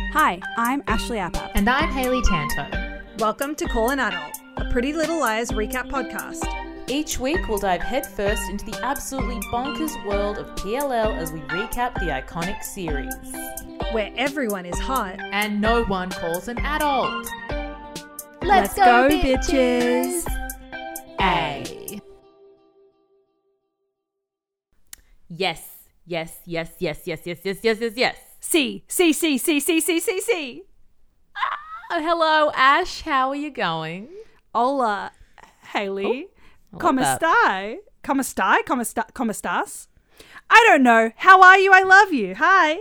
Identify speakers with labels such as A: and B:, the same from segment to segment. A: Hi, I'm Ashley Appap.
B: And I'm Haley Tanto.
C: Welcome to Call an Adult, a Pretty Little Liars recap podcast.
D: Each week, we'll dive headfirst into the absolutely bonkers world of PLL as we recap the iconic series.
C: Where everyone is hot.
B: And no one calls an adult.
A: Let's go, bitches.
B: A.
D: Yes, yes, yes, yes, yes, yes, yes, yes, yes, yes.
A: C, C, C, C, C, C, C, C.
B: Oh, hello, Ash. How are you going?
A: Hola, Haley.
D: Oh,
A: Como
B: that.
A: estai? Como estai? Como esta- como estas? I don't know. How are you? I love you. Hi.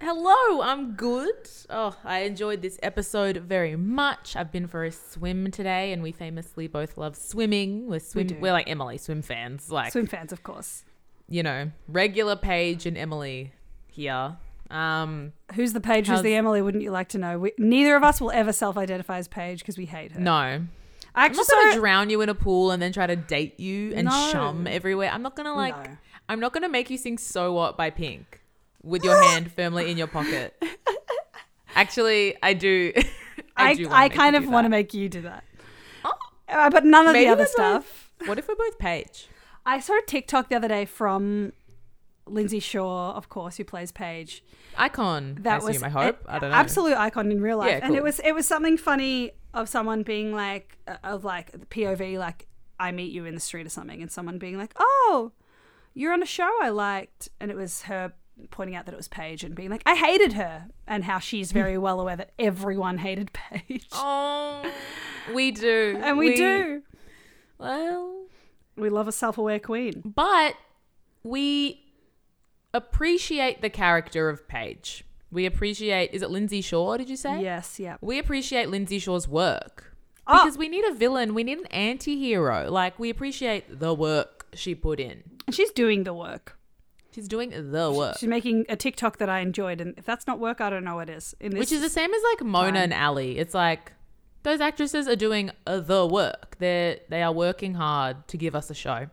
B: Hello.
D: I'm good. Oh, I enjoyed this episode very much. I've been for a swim today, and we famously both love swimming. We're swim.
A: do.
D: We are like Emily, swim fans. Like
A: Swim fans, of course.
D: you know, regular Paige and Emily here. Um,
A: Who's the Paige? Who's
D: How's-
A: the Emily? Wouldn't you like to know? We, neither of us will ever self-identify as Paige because we hate her.
D: no, I'm
A: I actually
D: not
A: saw
D: gonna
A: a-
D: drown you in a pool and then try to date you and
A: No.
D: shum everywhere. I'm not gonna like.
A: No.
D: I'm not gonna make you sing "So What" by Pink with your hand firmly in your pocket. Actually, I do. I,
A: I,
D: do wanna
A: I
D: make you
A: kind of
D: do
A: want to
D: that.
A: make you do that.
D: Oh.
A: Uh, but none of
D: Maybe
A: the other
D: we're both-
A: stuff.
D: What if we're both Paige?
A: I saw a TikTok the other day from Lindsay Shaw, of course, who plays Paige.
D: Icon.
A: That
D: That I
A: was
D: assume, I hope.
A: a-
D: I don't know.
A: Absolute icon in real life,
D: Yeah,
A: and it
D: cool.
A: was it was something funny of someone being like uh, of like the POV like I meet you in the street or something, and someone being like, "Oh, you're on a show I liked," and it was her pointing out that it was Paige and being like, "I hated her," and how she's very well aware that everyone hated Paige,
D: Oh, we do.
A: and we do.
D: Well,
A: We love a self-aware queen.
D: but we appreciate the character of Paige. We appreciate, is it Lindsay Shaw, did you say?
A: Yes, yeah.
D: We appreciate Lindsay Shaw's work
A: Oh.
D: because we need a villain, we need an anti hero. Like, we appreciate the work she put in.
A: And she's doing the work.
D: She's doing the work,
A: She's making a TikTok that I enjoyed, and if that's not work, I don't know what is. In this,
D: which is the same as like Mona and Ali. It's like those actresses are doing uh, the work. They're, they are working hard to give us a show.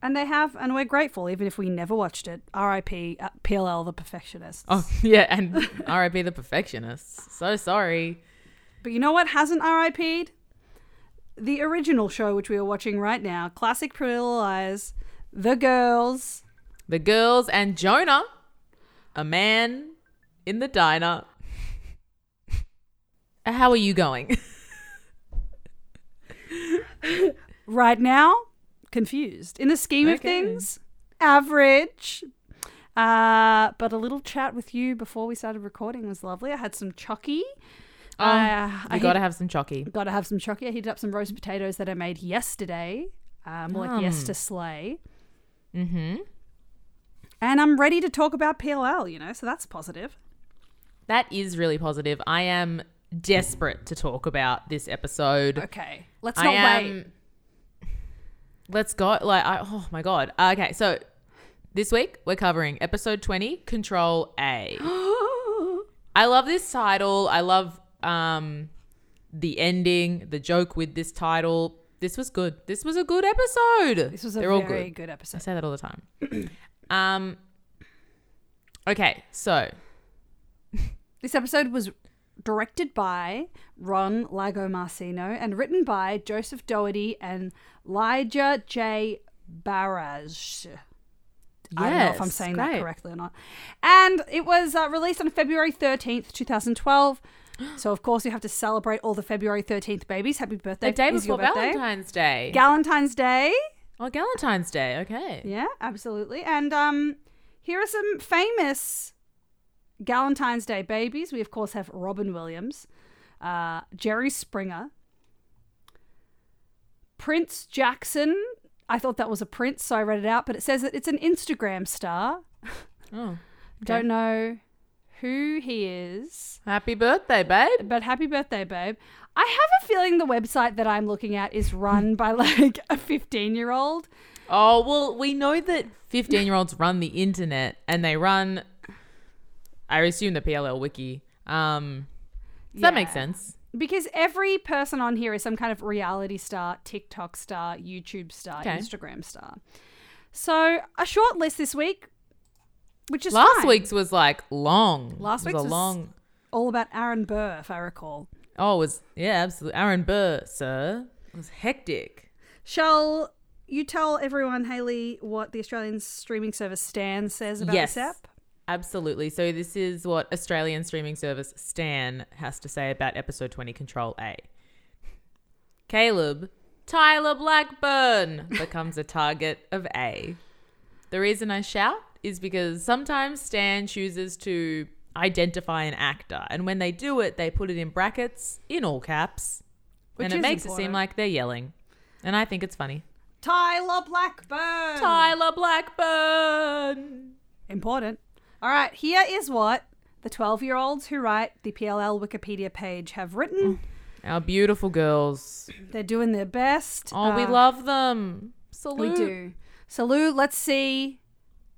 A: and they have, and we're grateful, even if we never watched it. R.I.P. uh, PLL, the perfectionists.
D: Oh, yeah. And RIP the perfectionists. So sorry.
A: But you know what hasn't R.I.P.'d? The original show, which we are watching right now, classic Pretty Little Liars, The Girls.
D: The girls and Jonah, a man in the diner. How are you going?
A: Right now, confused in the scheme of
D: Okay.
A: things, average. Uh, but a little chat with you before we started recording was lovely. I had some chocky.
D: Oh,
A: I-
D: you
A: I
D: gotta
A: hate-
D: have some chocky.
A: Got to have some chocolate. I heated up some roast potatoes that I made yesterday, uh, more like yes to slay.
D: Mm-hmm.
A: And I'm ready to talk about PLL, you know, so that's positive.
D: That is really positive. I am desperate to talk about this episode.
A: Okay, let's
D: I
A: not
D: am.
A: wait.
D: Let's go. Like, I, oh my god. Okay, so this week we're covering episode twenty, Control A. I love this title. I love um the ending, the joke with this title. This was good. This was a good episode.
A: This was a
D: They're
A: very
D: all good.
A: good.
D: I
A: episode.
D: say that all the time. um Okay, so
A: This episode was directed by Ron Lago Marcino and written by Joseph Doherty and Elijah J. Barrage. I don't know if I'm
D: Yes,
A: saying that
D: great.
A: correctly or not. And it was uh, released on February 13th, 2012. So, of course, you have to celebrate all the February 13th babies. Happy birthday.
D: the day
A: is your
D: before
A: birthday.
D: Valentine's Day.
A: Galentine's Day.
D: oh, Valentine's Day. Okay.
A: Yeah, absolutely. And um, here are some famous Galentine's Day babies. We, of course, have Robin Williams, uh, Jerry Springer, Prince Jackson. I thought that was a prince, so I read it out, but it says that it's an Instagram star.
D: Oh.
A: Don't know who he is,
D: Happy birthday, babe.
A: but happy birthday, babe. I have a feeling the website that I'm looking at is run by like a 15 year old.
D: Oh, well, we know that 15 year olds run the internet and they run, I assume, the PLL wiki. Um, does that make
A: Yeah.
D: sense?
A: Because every person on here is some kind of reality star, TikTok star, YouTube star,
D: Okay.
A: Instagram star. So a short list this week, which is
D: Last
A: fine.
D: week's was like long.
A: Last
D: It
A: week's
D: a
A: was-
D: long.
A: all about Aaron Burr, if I recall.
D: Oh, it was yeah, absolutely. Aaron Burr, sir, it was hectic.
A: Shall you tell everyone, Haley, what the Australian streaming service Stan says about
D: Yes.
A: this app?
D: Absolutely. So this is what Australian streaming service Stan has to say about episode 20 Control A. Caleb Tyler Blackburn becomes a target of A. The reason I shout is because sometimes Stan chooses to identify an actor and when they do it they put it in brackets in all caps
A: Which
D: and it
A: is
D: makes it
A: important.
D: seem like they're yelling. And I think it's funny.
A: Tyler Blackburn.
D: Tyler Blackburn.
A: Important. All right, here is what the 12 year olds who write the PLL Wikipedia page have written.
D: Our beautiful girls.
A: They're doing their best.
D: Oh, we
A: Uh,
D: love them. Salute.
A: We do. So, Lou, let's see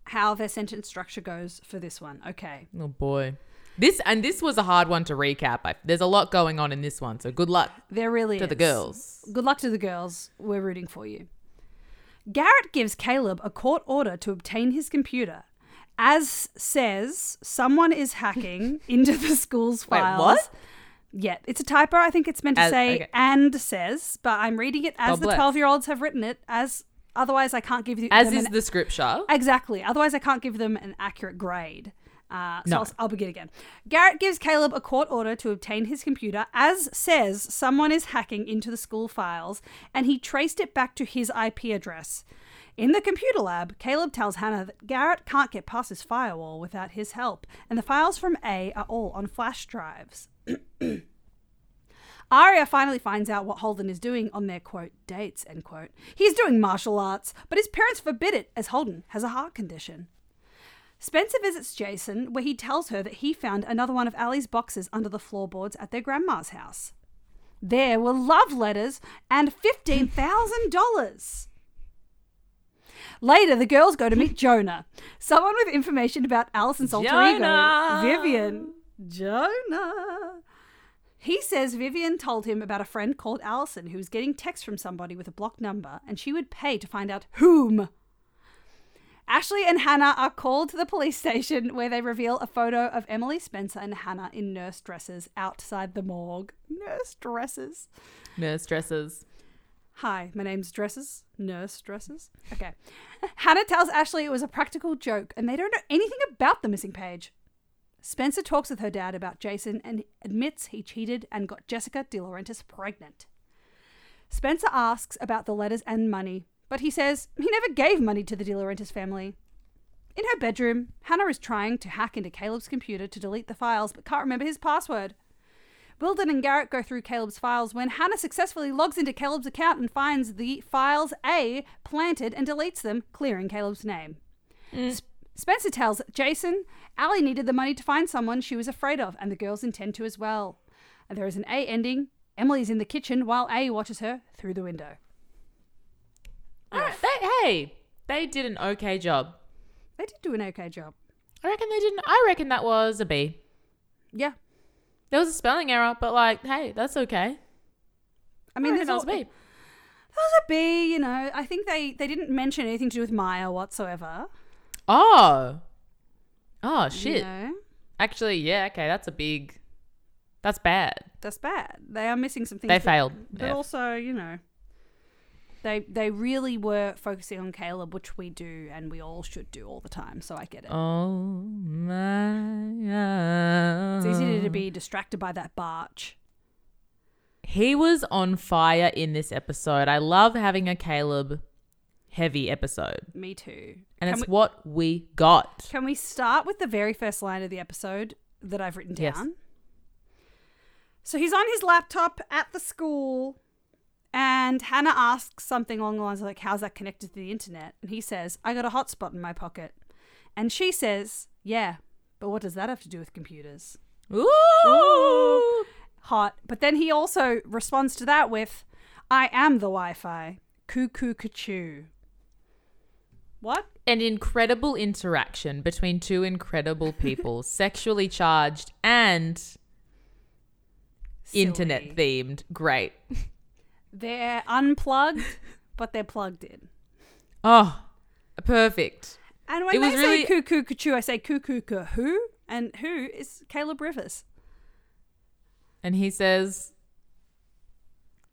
A: how their sentence structure goes for this one. Okay.
D: Oh boy. This and this was a hard one to recap. I, there's a lot going on in this one, so good luck
A: There really
D: to the
A: is.
D: girls.
A: Good luck to the girls. We're rooting for you. Garrett gives Caleb a court order to obtain his computer. As says, someone is hacking into the school's
D: Wait,
A: files.
D: what?
A: Yeah, it's a typo. I think it's meant to
D: As-
A: say
D: okay.
A: and says, but I'm reading it as
D: God
A: the
D: bless.
A: 12 year olds have written it, as otherwise I can't give you
D: As
A: them
D: is
A: an-
D: the scripture.
A: Exactly. Otherwise, I can't give them an accurate grade. Uh, so
D: No.
A: I'll, I'll begin again. Garrett gives Caleb a court order to obtain his computer, as says someone is hacking into the school files, and he traced it back to his IP address. In the computer lab, Caleb tells Hannah that Garrett can't get past his firewall without his help, and the files from A are all on flash drives. Arya finally finds out what Holden is doing on their quote dates end quote. He's doing martial arts, but his parents forbid it as Holden has a heart condition. Spencer visits Jason, where he tells her that he found another one of Allie's boxes under the floorboards at their grandma's house. There were love letters and fifteen thousand dollars. Later, the girls go to meet Jonah, someone with information about Allison's alter
D: Jonah!
A: ego, Vivian. Jonah. He says Vivian told him about a friend called Allison who was getting texts from somebody with a blocked number, and she would pay to find out whom. Ashley and Hannah are called to the police station where they reveal a photo of Emily Spencer and Hannah in nurse dresses outside the morgue. Nurse dresses.
D: Nurse dresses.
A: Hi, my name's Dresses. Nurse Dresses. Okay. Hannah tells Ashley it was a practical joke and they don't know anything about the missing page. Spencer talks with her dad about Jason and admits he cheated and got Jessica De Laurentiis pregnant. Spencer asks about the letters and money, but he says he never gave money to the De Laurentiis family. In her bedroom, Hannah is trying to hack into Caleb's computer to delete the files but can't remember his password. Wilden and Garrett go through Caleb's files when Hannah successfully logs into Caleb's account and finds the files A planted and deletes them, clearing Caleb's name.
D: Mm.
A: S- Spencer tells Jason Allie needed the money to find someone she was afraid of, and the girls intend to as well. And there is an A ending. Emily's in the kitchen while A watches her through the window. Ah,
D: All right, Ah, they, hey, they did an okay job.
A: They did do an okay job.
D: I reckon they didn't. I reckon that was a B.
A: Yeah.
D: There was a spelling error, but like, hey, that's
A: I
D: okay. I
A: mean,
D: mean,
A: there's
D: that was a
A: al-
D: B.
A: That was a B, you know. I think they, they didn't mention anything to do with Maya whatsoever.
D: Oh, oh
A: you
D: shit.
A: know.
D: Actually, yeah, okay, that's a big. That's bad.
A: that's bad. They are missing some things.
D: They
A: that-
D: failed.
A: But
D: Yeah.
A: also, you know, they they really were focusing on Caleb, which we do and we all should do all the time. So I get it.
D: Oh my!
A: It's easy
D: Oh.
A: to be distracted by that barch.
D: He was on fire in this episode. I love having a Caleb heavy episode,
A: Me too.
D: and
A: can
D: it's
A: we,
D: what we got.
A: can we start with the very first line of the episode that I've written down?
D: Yes.
A: So he's on his laptop at the school. And Hannah asks something along the lines of like, "How's that connected to the internet?" And he says, "I got a hotspot in my pocket." And she says, "Yeah, but what does that have to do with computers?"
D: Ooh!
A: hot. But then he also responds to that with, I am the Wi Fi. Cuckoo cuckoo. What?
D: An incredible interaction between two incredible people, sexually charged and
A: Silly.
D: internet themed. Great.
A: They're unplugged, but they're plugged in.
D: Oh, perfect.
A: And when
D: It
A: they
D: was
A: say
D: really-
A: cuckoo cuckoo, I say cuckoo cuckoo, and who is Caleb Rivers.
D: And he says,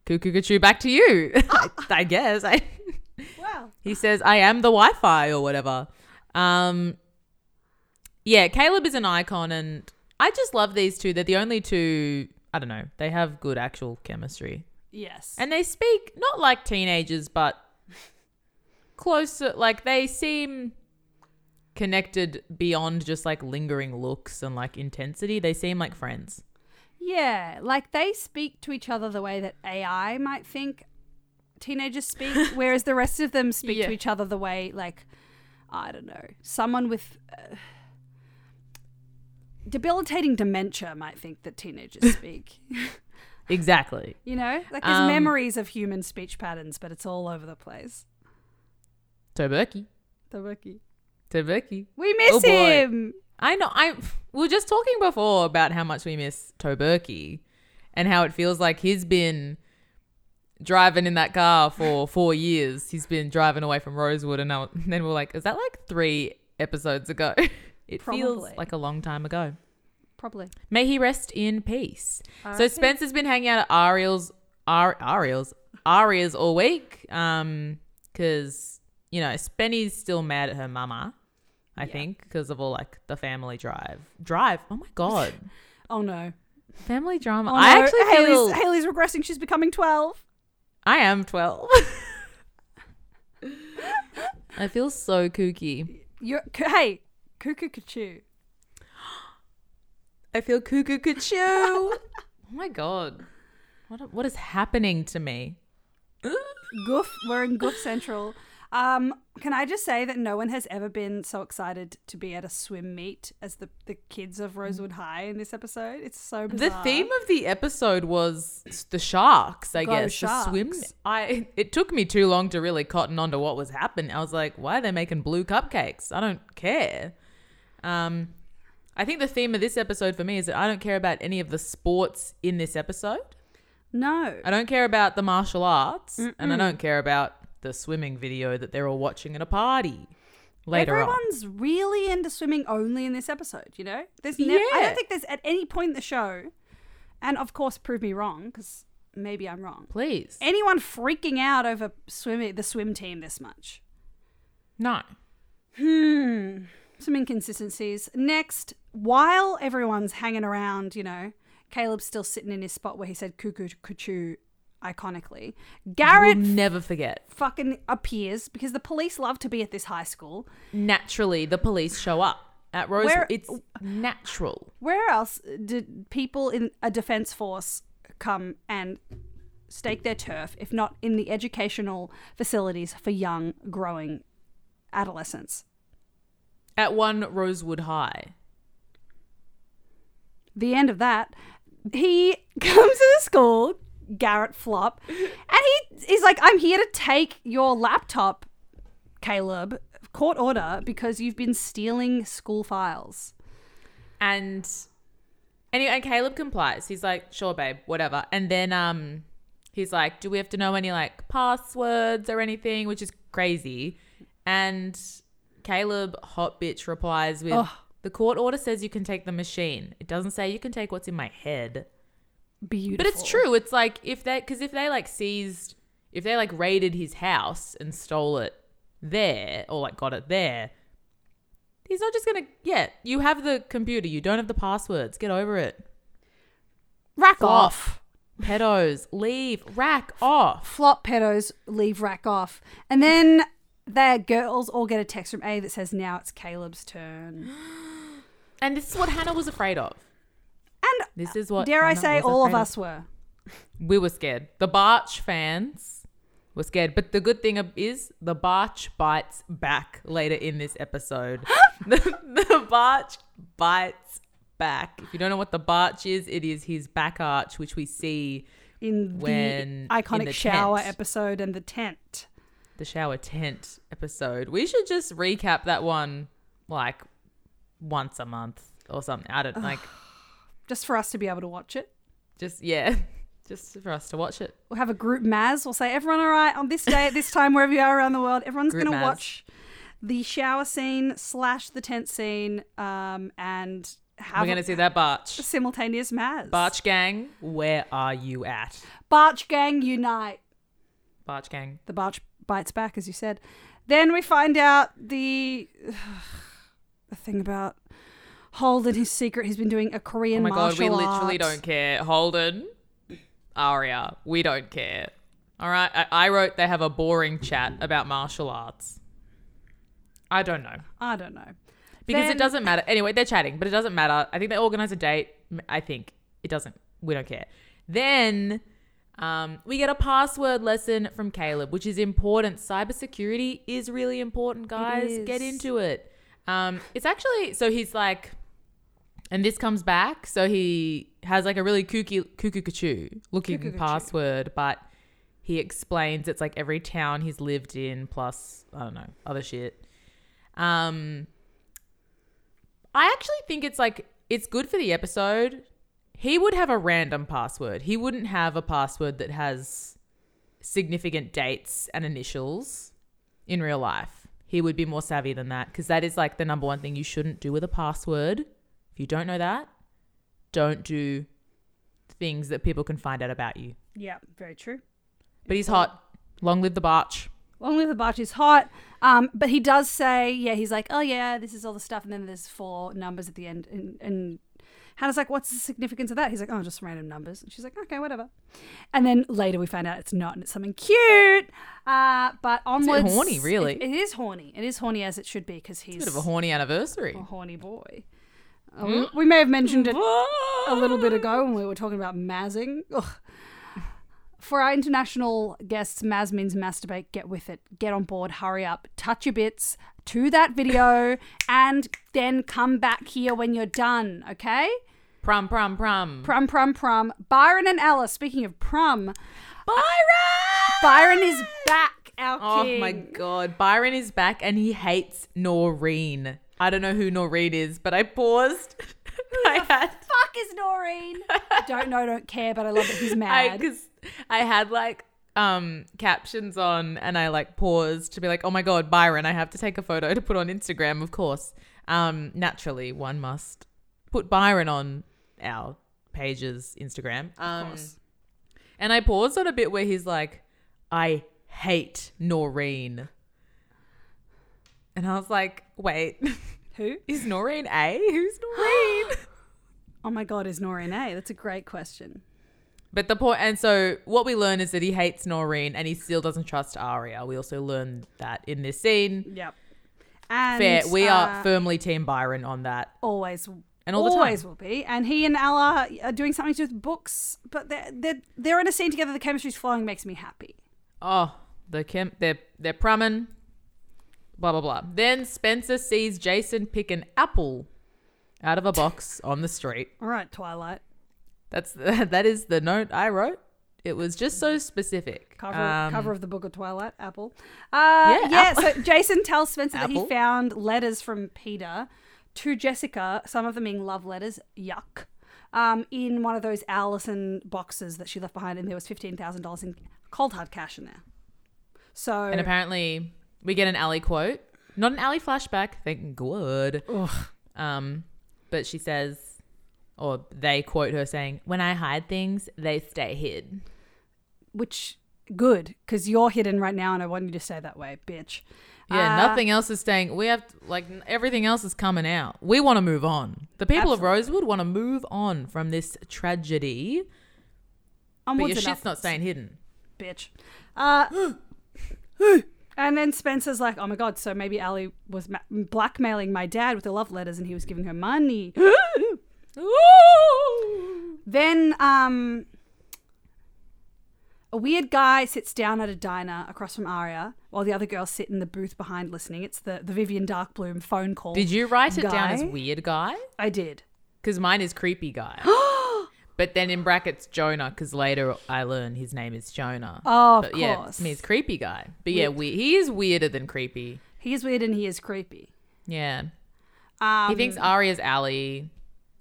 D: Cuckoo back to you. I, I guess. I,
A: Wow.
D: he says, I am the Wi Fi or whatever. Um, yeah, Caleb is an icon. And I just love these two. They're the only two, I don't know, they have good actual chemistry.
A: Yes.
D: And they speak not like teenagers, but closer. Like they seem connected beyond just like lingering looks and like intensity. They seem like friends.
A: yeah, like they speak to each other the way that AI might think teenagers speak, whereas the rest of them speak
D: Yeah.
A: to each other the way, like, I don't know, someone with uh, debilitating dementia might think that teenagers speak.
D: Exactly.
A: you know, like there's
D: Um,
A: memories of human speech patterns, but it's all over the place.
D: Toberky.
A: The rookie.
D: Toberky.
A: We miss
D: Oh, boy.
A: him.
D: I know. I we were just talking before about how much we miss Toberky and how it feels like he's been driving in that car for four years. He's been driving away from Rosewood, and, I, and then we we're like, is that like three episodes ago? It feels
A: Probably.
D: like a long time ago.
A: Probably.
D: May he rest in peace. so Spencer's been hanging out at Ariel's, Ar- Ariel's, Aria's all week. Um, because you know Spenny's still mad at her mama. I think 'cause think because of all like the family drive. Drive. Oh my god,
A: Oh no.
D: family drama.
A: Oh,
D: Um, I
A: no.
D: actually feel
A: Haley's, Haley's regressing. She's becoming 12.
D: I am twelve. I feel so kooky.
A: You're, c- hey, cuckoo cuckoo.
D: I feel cuckoo cuckoo. oh my god, what what is happening to me?
A: Goof. We're in Goof Central. Um, can I just say that no one has ever been so excited to be at a swim meet as the, the kids of Rosewood High in this episode? It's so
D: The
A: bizarre.
D: theme of the episode was the sharks, I
A: Go
D: guess. The swim.
A: sharks.
D: I it took me too long to really cotton onto what was happening. I was like, why are they making blue cupcakes? I don't care. Um I think the theme of this episode for me is that I don't care about any of the sports in this episode.
A: No.
D: I don't care about the martial arts and I don't care about the swimming video that they're all watching at a party later on.
A: Everyone's really into swimming only in this episode, you know? There's never I
D: Yeah.
A: don't think there's at any point in the show, and of course prove me wrong, because maybe I'm wrong.
D: Please.
A: Anyone freaking out over swimming the swim team this much.
D: No.
A: Hmm. Some inconsistencies. Next, while everyone's hanging around, you know, Caleb's still sitting in his spot where he said cuckoo cuckoo iconically. Garrett
D: We'll never forget.
A: fucking appears because the police love to be at this high school.
D: naturally the police show up at Rosewood.
A: Where-
D: it's natural.
A: Where else did people in a defense force come and stake their turf if not in the educational facilities for young growing adolescents?
D: At one Rosewood High.
A: the end of that, he comes to the school, Garrett Flop, and he is like, I'm here to take your laptop, Caleb, court order, because you've been stealing school files.
D: And anyway, and Caleb complies. He's like, sure, babe, whatever. And then um he's like, Do we have to know any like passwords or anything? Which is crazy. And Caleb hot bitch replies with
A: Ugh.
D: the court order says you can take the machine. It doesn't say you can take what's in my head.
A: Beautiful.
D: But it's true. It's like if they, because if they like seized, if they like raided his house and stole it there, or like got it there, he's not just gonna. Yeah, you have the computer. You don't have the passwords. Get over it.
A: Rack
D: Flop.
A: off.
D: Pedos, leave. Rack off.
A: Flop pedos, leave rack off. And then their girls all get a text from A that says, Now it's Caleb's turn.
D: And this is what Hannah was afraid of.
A: And
D: This is what.
A: dare I
D: Hannah
A: say,
D: was
A: all of
D: afraid
A: us were.
D: We were scared. The Barch fans were scared. But the good thing is the Barch bites back later in this episode. the, the Barch bites back. If you don't know what the Barch is, it is his back arch, which we see
A: In
D: When- in
A: the iconic
D: the
A: shower
D: tent.
A: episode and the tent.
D: the shower tent episode. We should just recap that one like once a month or something. I don't like
A: Just for us to be able to watch it.
D: just yeah. Just for us to watch it.
A: We'll have a group Maz. We'll say, everyone, all right, on this day, at this time, wherever you are around the world, everyone's
D: Group
A: going to
D: Maz.
A: watch the shower scene slash the tent scene um, and have
D: We're going to see that Barch.
A: simultaneous Maz.
D: Barch gang, where are you at?
A: Barch gang unite.
D: Barch gang.
A: The Barch bites back, as you said. Then we find out the the thing about Holden, his secret. He's been doing a Korean.
D: Oh my god, we
A: martial
D: literally
A: art.
D: don't care. Holden, Aria, we don't care. All right, I, I wrote they have a boring chat about martial arts. I don't know
A: I don't know.
D: because
A: Then-
D: it doesn't matter. Anyway, they're chatting, but it doesn't matter. I think they organize a date. M- I think it doesn't. We don't care. Then um, we get a password lesson from Caleb, which is important. Cybersecurity is really important, guys. Get
A: is.
D: into it. Um, it's actually so he's like, and this comes back. So he has like a really kooky cuckoo cuckoo looking
A: Cuckoo-cuckoo.
D: password, but he explains it's like every town he's lived in plus I don't know other shit. Um, I actually think it's like it's good for the episode. He would have a random password. He wouldn't have a password that has significant dates and initials in real life. He would be more savvy than that because that is like the number one thing you shouldn't do with a password. If you don't know that, don't do things that people can find out about you.
A: Yeah, very true.
D: But he's hot. Long live the Barch.
A: Long live the Barch is hot. Um, but he does say, yeah, he's like, oh yeah, this is all the stuff, and then there's four numbers at the end, and and Hannah's like, what's the significance of that? He's like, oh, just random numbers, and she's like, okay, whatever. And then later we find out it's not, and it's something cute. Uh, but onwards,
D: horny, really.
A: It- it is horny. It is horny as it should be because he's
D: Bit of a horny Hmm? anniversary.
A: a horny boy. Uh, we- We may have mentioned it Oh. a little bit ago when we were talking about mazzing. Ugh. For our international guests, Maz means masturbate, get with it, get on board, hurry up, touch your bits to that video, and then come back here when you're done, okay?
D: Prum, prum, prum.
A: Prum, prum, prum. Byron and Alice, speaking of prum,
D: Byron!
A: Byron is back, our
D: Oh
A: king.
D: my god. Byron is back and he hates Noreen. I don't know who Noreen is, but I paused. I had
A: Fuck is Noreen. don't know, don't care, but I love that he's
D: I
A: mad.
D: cause I had like um captions on and I like paused to be like, oh my god, Byron, I have to take a photo to put on Instagram, of course. Um naturally one must put Byron on our page's Instagram. Um and I paused on a bit where he's like, I hate Noreen. And I was like, wait,
A: Who?
D: is Noreen A? Who's Noreen?
A: Oh my god, is Noreen A? That's a great question.
D: But the point, and so what we learn is that he hates Noreen and he still doesn't trust Arya. We also learn that in this scene.
A: Yep. And
D: Fair, we
A: uh,
D: are firmly Team Byron on that.
A: always
D: And all the time.
A: always will be. And he and Ella are doing something to do with books, but they're they're, they're in a scene together. The chemistry's flowing, makes me happy.
D: Oh, the Kim, they're they're prumming, blah blah blah. Then Spencer sees Jason pick an apple out of a box on the street.
A: All right, Twilight,
D: That's that is the note I wrote. It was just so specific.
A: cover
D: Um,
A: cover of the book of Twilight, Apple. Uh, yeah,
D: Yeah, Apple.
A: So Jason tells Spencer that he
D: Apple.
A: found letters from Peter to Jessica, some of them being love letters. Yuck. Um, in one of those Allison boxes that she left behind, and there was fifteen thousand dollars in cold hard cash in there. So
D: And apparently, we get an Ally quote, not an Ally flashback. Thank God. Um, but she says, or they quote her saying, "When I hide things, they stay hid."
A: which good because you're hidden right now and i want you to stay that way bitch
D: Yeah,
A: Uh,
D: nothing else is staying. We have like n- everything else is coming out. We want to move on. The people of Rosewood want to move on from this tragedy, but
A: onwards
D: your
A: and
D: shit's not
A: upwards,
D: staying hidden.
A: bitch uh and then spencer's like oh my god so maybe ali was ma- blackmailing my dad with the love letters and he was giving her money then um a weird guy sits down at a diner across from Aria while the other girls sit in the booth behind listening. It's the, the Vivian Darkbloom phone call.
D: Did you write it down as
A: Guy?
D: weird guy?
A: I did.
D: Because mine is creepy guy. but then in brackets Jonah, because later I learn his name is Jonah.
A: Oh, of
D: but yeah,
A: course.
D: it's me, it's creepy guy. But yeah, we, he is weirder than creepy.
A: He is weird and he is creepy.
D: Yeah,
A: Um,
D: he thinks Arya's Ally.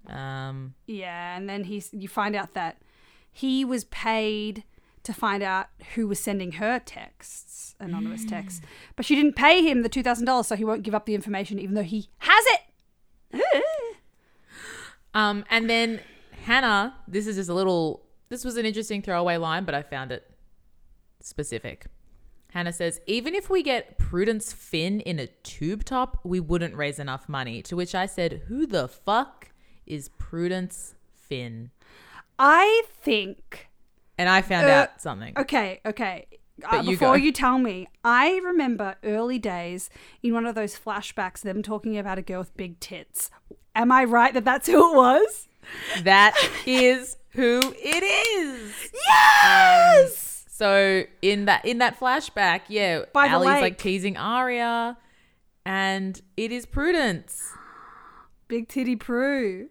D: Um,
A: Yeah, and then he's you find out that he was paid to find out who was sending her texts,
D: Mm.
A: anonymous texts, but she didn't pay him the two thousand dollars, so he won't give up the information, even though he has it.
D: Um, and then Hannah, this is just a little, this was an interesting throwaway line, but I found it specific. Hannah says, even if we get Prudence Finn in a tube top, we wouldn't raise enough money. To which I said, who the fuck is Prudence Finn?
A: I think
D: And I found
A: Uh,
D: out something.
A: Okay, okay. Uh,
D: But you
A: before
D: go.
A: you tell me, I remember early days in one of those flashbacks, them talking about a girl with big tits. Am I right that that's who it
D: Um,
A: was?
D: That is who it is.
A: Yes!
D: So in that in that flashback, yeah,
A: By the
D: Allie's
A: lake.
D: like teasing Aria, and it is Prudence.
A: big titty Prue.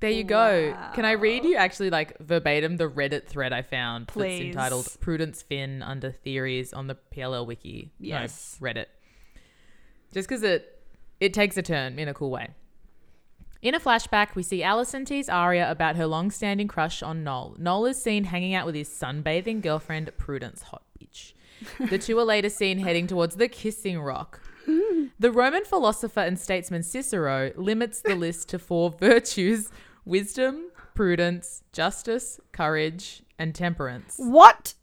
D: There you go. Can I read you actually like verbatim the Reddit thread I found
A: Please.
D: that's entitled Prudence Finn under theories on the PLL wiki. No,
A: Yes.
D: Reddit. Just because it it takes a turn in a cool way. In a flashback, we see Allison tease Aria about her long-standing crush on Noel. Noel is seen hanging out with his sunbathing girlfriend Prudence Hot Beach. The two are later seen heading towards the kissing rock. The Roman philosopher and statesman Cicero limits the list to four virtues wisdom, prudence, justice, courage, and temperance.
A: What?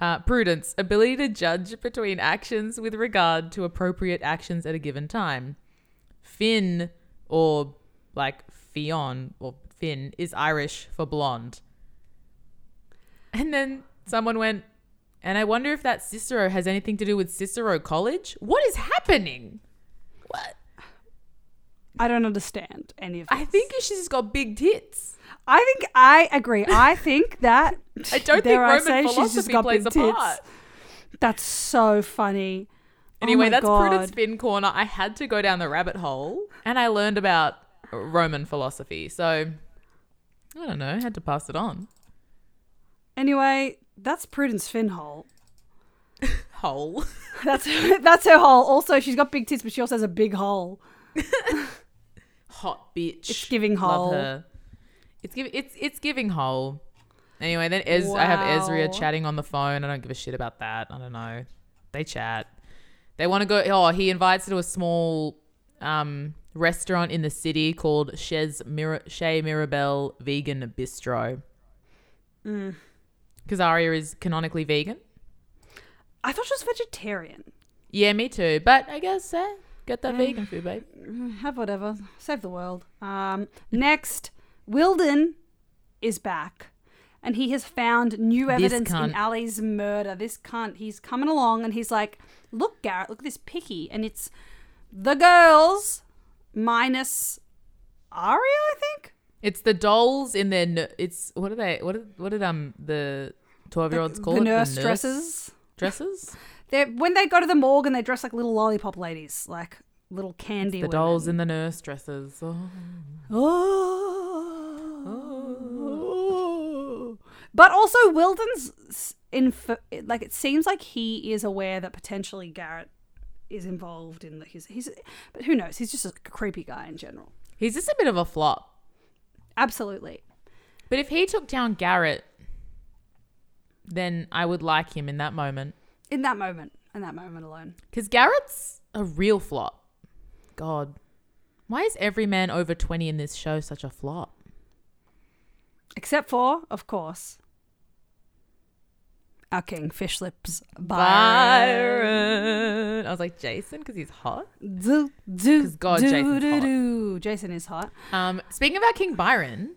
D: Uh, prudence, ability to judge between actions with regard to appropriate actions at a given time. Finn, or like Fionn or Finn, is Irish for blonde. And then someone went, and I wonder if that Cicero has anything to do with Cicero College? What is happening? What?
A: I don't understand any of this.
D: I think she's just got big tits.
A: I think I agree. I think that
D: I don't think
A: dare I
D: Roman
A: say, she's
D: philosophy
A: just got
D: plays a
A: big tits.
D: part.
A: That's so funny. Oh
D: Anyway,
A: my
D: that's Prudence
A: God.
D: Finn Corner. I had to go down the rabbit hole and I learned about Roman philosophy. So I don't know, I had to pass it on.
A: Anyway, that's Prudence Finhole.
D: Hole.
A: That's that's her hole. Also, she's got big tits, but she also has a big hole.
D: Hot bitch.
A: It's giving hole.
D: Love her. It's giving it's it's giving hole. Anyway, then Ez- I have
A: Wow.
D: Ezria chatting on the phone. I don't give a shit about that. I don't know. They chat. They want to go oh, he invites her to a small um restaurant in the city called Chez Mir- Chez Mirabel Vegan Bistro.
A: Mm.
D: Because Aria is canonically vegan.
A: I thought she was vegetarian.
D: Yeah, me too. But I guess eh, get that vegan food, babe.
A: Have whatever. Save the world. Um, next, Wilden is back. And he has found new
D: This
A: evidence in
D: cunt.
A: Ali's murder. This cunt, he's coming along and he's like, Look, Garrett, look at this picky. And it's the girls minus Aria, I think.
D: It's the dolls in their. nu- It's what are they? What did what did um the twelve year olds call
A: the
D: it?
A: nurse dresses.
D: dresses.
A: They're, when they go to the morgue and they dress like little lollipop ladies, like little candy
D: The
A: women.
D: dolls in the nurse dresses. Oh.
A: Oh. But also, Wilden's s- inf- like it seems like he is aware that potentially Garrett is involved in the, his he's but who knows? He's just a creepy guy in general.
D: He's just a bit of a flop.
A: Absolutely.
D: But if he took down Garrett, then I would like him in that moment
A: In that moment, in that moment alone.
D: because Garrett's a real flop. God, why is every man over twenty in this show such a flop?
A: Except for, of course, our king, fish lips. Byron.
D: Byron. I was like Jason because he's hot.
A: Do, do,
D: 'Cause God,
A: do,
D: Jason's
A: do,
D: hot.
A: do. Jason is hot.
D: Um, speaking about King Byron,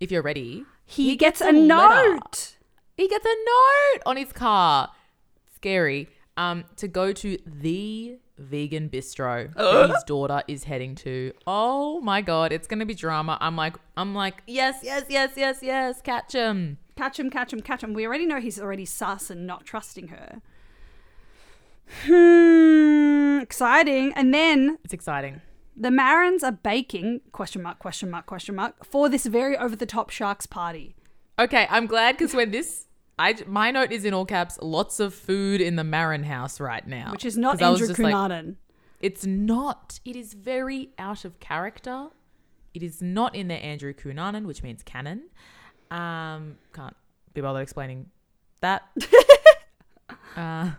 D: if you're ready,
A: He, gets, a,
D: letter.
A: note.
D: He gets a note on his car. Scary. Um, to go to the vegan bistro that his daughter is heading to. Oh my god, it's gonna be drama. I'm like, I'm like, yes, yes, yes, yes, yes. Catch him.
A: Catch him, catch him, catch him. We already know he's already sus and not trusting her. Hmm, exciting. And then
D: It's exciting.
A: the Marins are baking, question mark, question mark, question mark, for this very over the top Sharks party.
D: Okay, I'm glad because when this. I, j- my note is in all caps. Lots of food in the Marin house right now,
A: Which is not
D: Oh, 'Cause I was
A: Andrew
D: just like,
A: Cunanan.
D: It's not. It is very out of character. It is not in their Andrew Cunanan, which means canon. Um, can't be bothered explaining that. uh,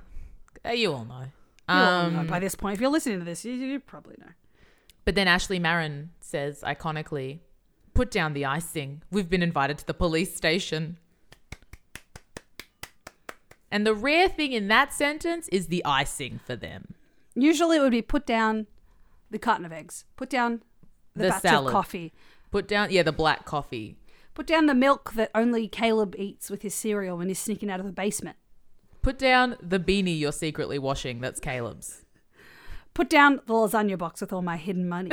D: you all know.
A: You all know
D: Um,
A: by this point. If you're listening to this, you, you probably know.
D: But then Ashley Marin says iconically, "Put down the icing. We've been invited to the police station." And the rare thing in that sentence is the icing for them.
A: Usually it would be put down the carton of eggs, put down the,
D: The
A: batch
D: salad.
A: of coffee,
D: Put down, yeah, the black coffee.
A: put down the milk that only Caleb eats with his cereal when he's sneaking out of the basement,
D: Put down the beanie you're secretly washing. That's Caleb's.
A: put down the lasagna box with all my hidden money.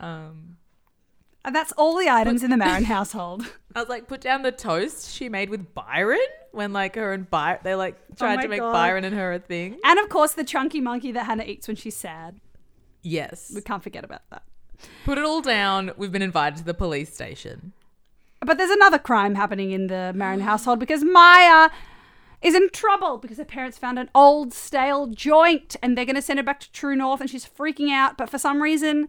D: Um,
A: and that's all the items in the Marin household.
D: I was like, put down the toast she made with Byron when like her and Byron, they like tried
A: Oh my
D: to make
A: God.
D: Byron and her a thing.
A: and of course, the chunky monkey that Hannah eats when she's sad.
D: Yes.
A: We can't forget about that.
D: Put it all down. We've been invited to the police station.
A: But there's another crime happening in the Marin household because Maya is in trouble because her parents found an old stale joint and they're going to send her back to True North and she's freaking out. But for some reason,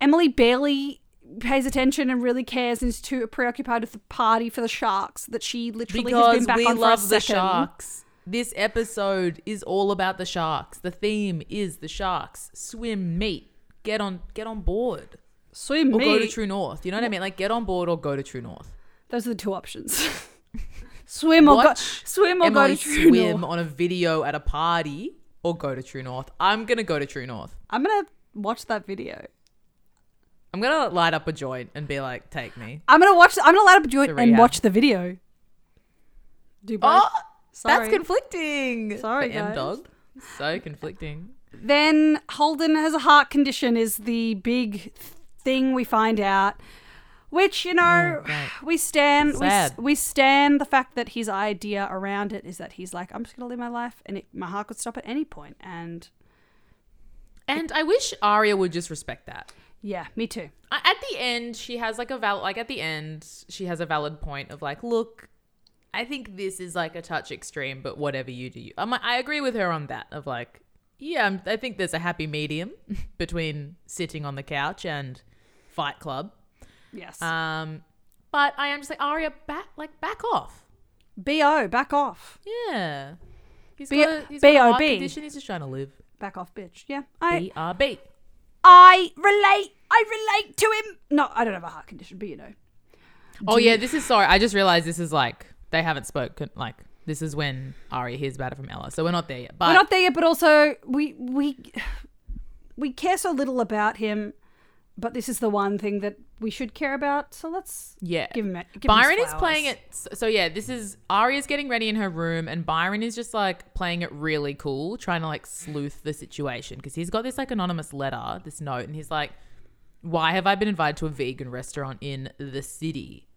A: Emily barely pays attention and really cares and is too preoccupied with the party for the sharks that she literally has been
D: Because
A: back
D: we
A: on
D: love
A: for a
D: the
A: second.
D: sharks. This episode is all about the sharks. The theme is the sharks. Swim, meet, get on, get on board,
A: Swim
D: or go to
A: meet.
D: True North. You know what I mean? Like get on board or go to True North.
A: Those are the two options. swim or go,
D: Watch
A: swim or
D: Emily
A: go to True
D: swim
A: North.
D: on a video at a party or go to True North. I'm gonna go to True North.
A: I'm gonna watch that video.
D: I'm gonna light up a joint and be like, take me.
A: I'm gonna watch. I'm gonna light up a joint
D: The
A: and
D: rehab.
A: watch the video. Do both.
D: Oh,
A: Sorry.
D: that's conflicting.
A: Sorry,
D: the M
A: guys.
D: dog. So conflicting.
A: then Holden has a heart condition. Is the big thing we find out, which you know
D: right.
A: we stand we, s-
D: Oh, Sad.
A: we stand the fact that his idea around it is that he's like I'm just gonna live my life and it, my heart could stop at any point and
D: And I wish Aria would just respect that.
A: yeah me too
D: I- at the end she has like a val like at the end she has a valid point of like look i think this is like a touch extreme but whatever you do you. I'm, like- i agree with her on that of like yeah I'm, i think there's a happy medium between sitting on the couch and fight club
A: yes
D: um but i am just like aria back like back off
A: bo back off
D: yeah he's
A: B-
D: got a, he's got a heart
A: B.O.B..
D: condition he's just trying to live
A: back off bitch yeah I
D: brb
A: I relate I relate to him no I don't have a heart condition but you know
D: Oh yeah, this is sorry. I just realized this is like they haven't spoken. Like this is when Ari hears about it from Ella, so we're not there yet. But
A: we're not there yet, but also we we we care so little about him. But this is the one thing that we should care about. So let's
D: yeah,
A: give him. a- Give him
D: Byron
A: his
D: is playing
A: flowers.
D: it. So so, yeah, this is Ari is getting ready in her room, and Byron is just like playing it really cool, trying to like sleuth the situation because he's got this like anonymous letter, this note, and he's like, "Why have I been invited to a vegan restaurant in the city?"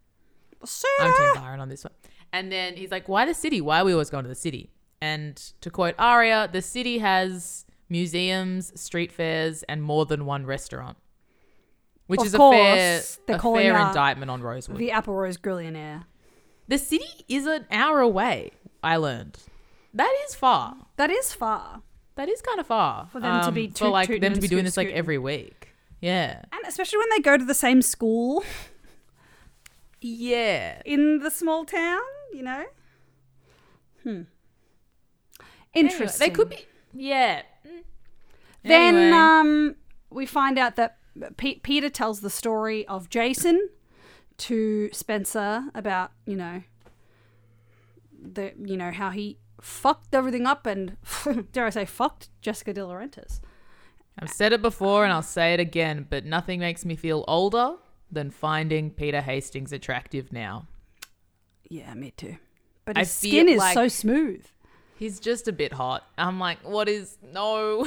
D: I'm
A: Sarah.
D: Team Byron on this one. And then he's like, "Why the city? Why are we always going to the city?" And to quote Aria, "The city has museums, street fairs, and more than one restaurant," which
A: Of
D: is a fair,
A: course, they're
D: a
A: calling
D: fair
A: out
D: indictment on Rosewood.
A: the Apple Rose Grillionaire.
D: the city is an hour away. I learned that is far.
A: That is far,
D: That is kind of far for
A: them to be
D: for
A: toot
D: like
A: tootin'
D: them to
A: and
D: be doing
A: scoot
D: this like
A: scootin'.
D: every week. Yeah,
A: and especially when they go to the same school
D: yeah.
A: in the small town. You know. Hmm.
D: Anyway,
A: Interesting.
D: they could be. Yeah. Mm.
A: Then
D: Anyway.
A: um, we find out that Pe- Peter tells the story of Jason to Spencer about you know the you know how he fucked everything up and dare I say fucked Jessica De Laurentiis.
D: I've said it before and I'll say it again, but nothing makes me feel older than finding Peter Hastings attractive now.
A: Yeah, me too. But
D: I
A: his
D: feel
A: skin is
D: like-
A: so smooth.
D: He's just a bit hot. I'm like, what is no?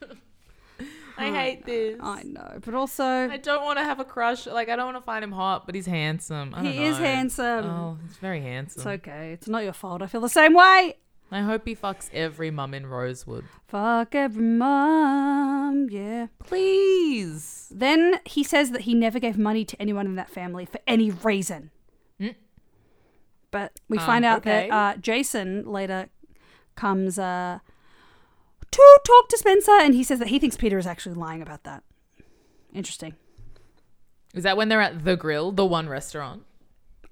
D: I hate this.
A: Oh, I know, but also
D: I don't want to have a crush. Like, I don't want to find him hot, but he's handsome. I
A: he
D: don't
A: is
D: know.
A: handsome.
D: Oh, he's very handsome.
A: It's okay. It's not your fault. I feel the same way.
D: I hope he fucks every mum in Rosewood.
A: Fuck every mom. Yeah.
D: Please.
A: Then he says that he never gave money to anyone in that family for any reason.
D: Mm.
A: But we
D: Um,
A: find out
D: okay.
A: that uh, Jason later comes uh, to talk to Spencer, and he says that he thinks Peter is actually lying about that. Interesting.
D: Is that when they're at the grill, the one restaurant?